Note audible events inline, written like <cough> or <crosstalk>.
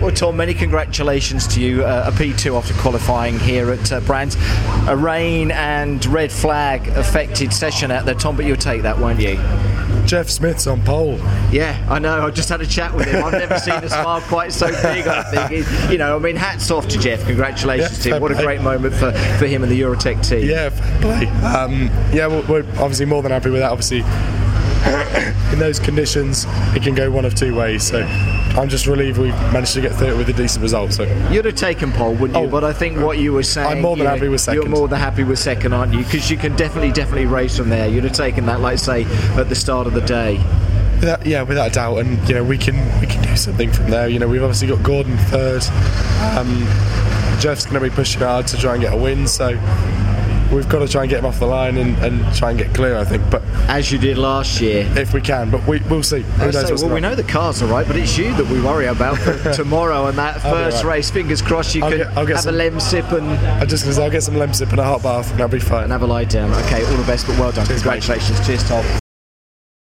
Well, Tom, many congratulations to you. Uh, a P2 after qualifying here at uh, Brands. A rain and red flag affected session out there, Tom, but you'll take that, won't you? Jeff Smith's on pole. Yeah, I know. I just had a chat with him. I've never seen a smile quite so big. I think, He- you know, I mean, hats off to Jeff. Congratulations Yeah, to him. What a mate. great moment for, for him and the Eurotech team. Yeah, fair play. Um, yeah, we're, we're obviously more than happy with that. Obviously, <coughs> in those conditions, it can go one of two ways. So I'm just relieved we managed to get through it with a decent result. So You'd have taken pole, wouldn't you? Oh. but I think what you were saying. I'm more than you happy with second. You're more than happy with second, aren't you? Because you can definitely, definitely race from there. You'd have taken that, like, say, at the start of the day. without, yeah, without a doubt, and you know we can we can do something from there. You know we've obviously got Gordon third. Um, Jeff's going to be pushing hard to try and get a win. So we've got to try and get him off the line and, and try and get clear. I think, but As you did last year. if we can, but we we'll see. Who knows So, what's well, we gonna know the cars are right, but it's you that we worry about <laughs> for tomorrow and that I'll be first right. race. Fingers crossed you I'll can get- I'll get have some- a lem sip and, I just gonna say I'll get some lemsip and a hot bath and I'll be fine. and have a lie down. Okay, all the best, but well done. Cheers, mate. Congratulations. Cheers, Tom.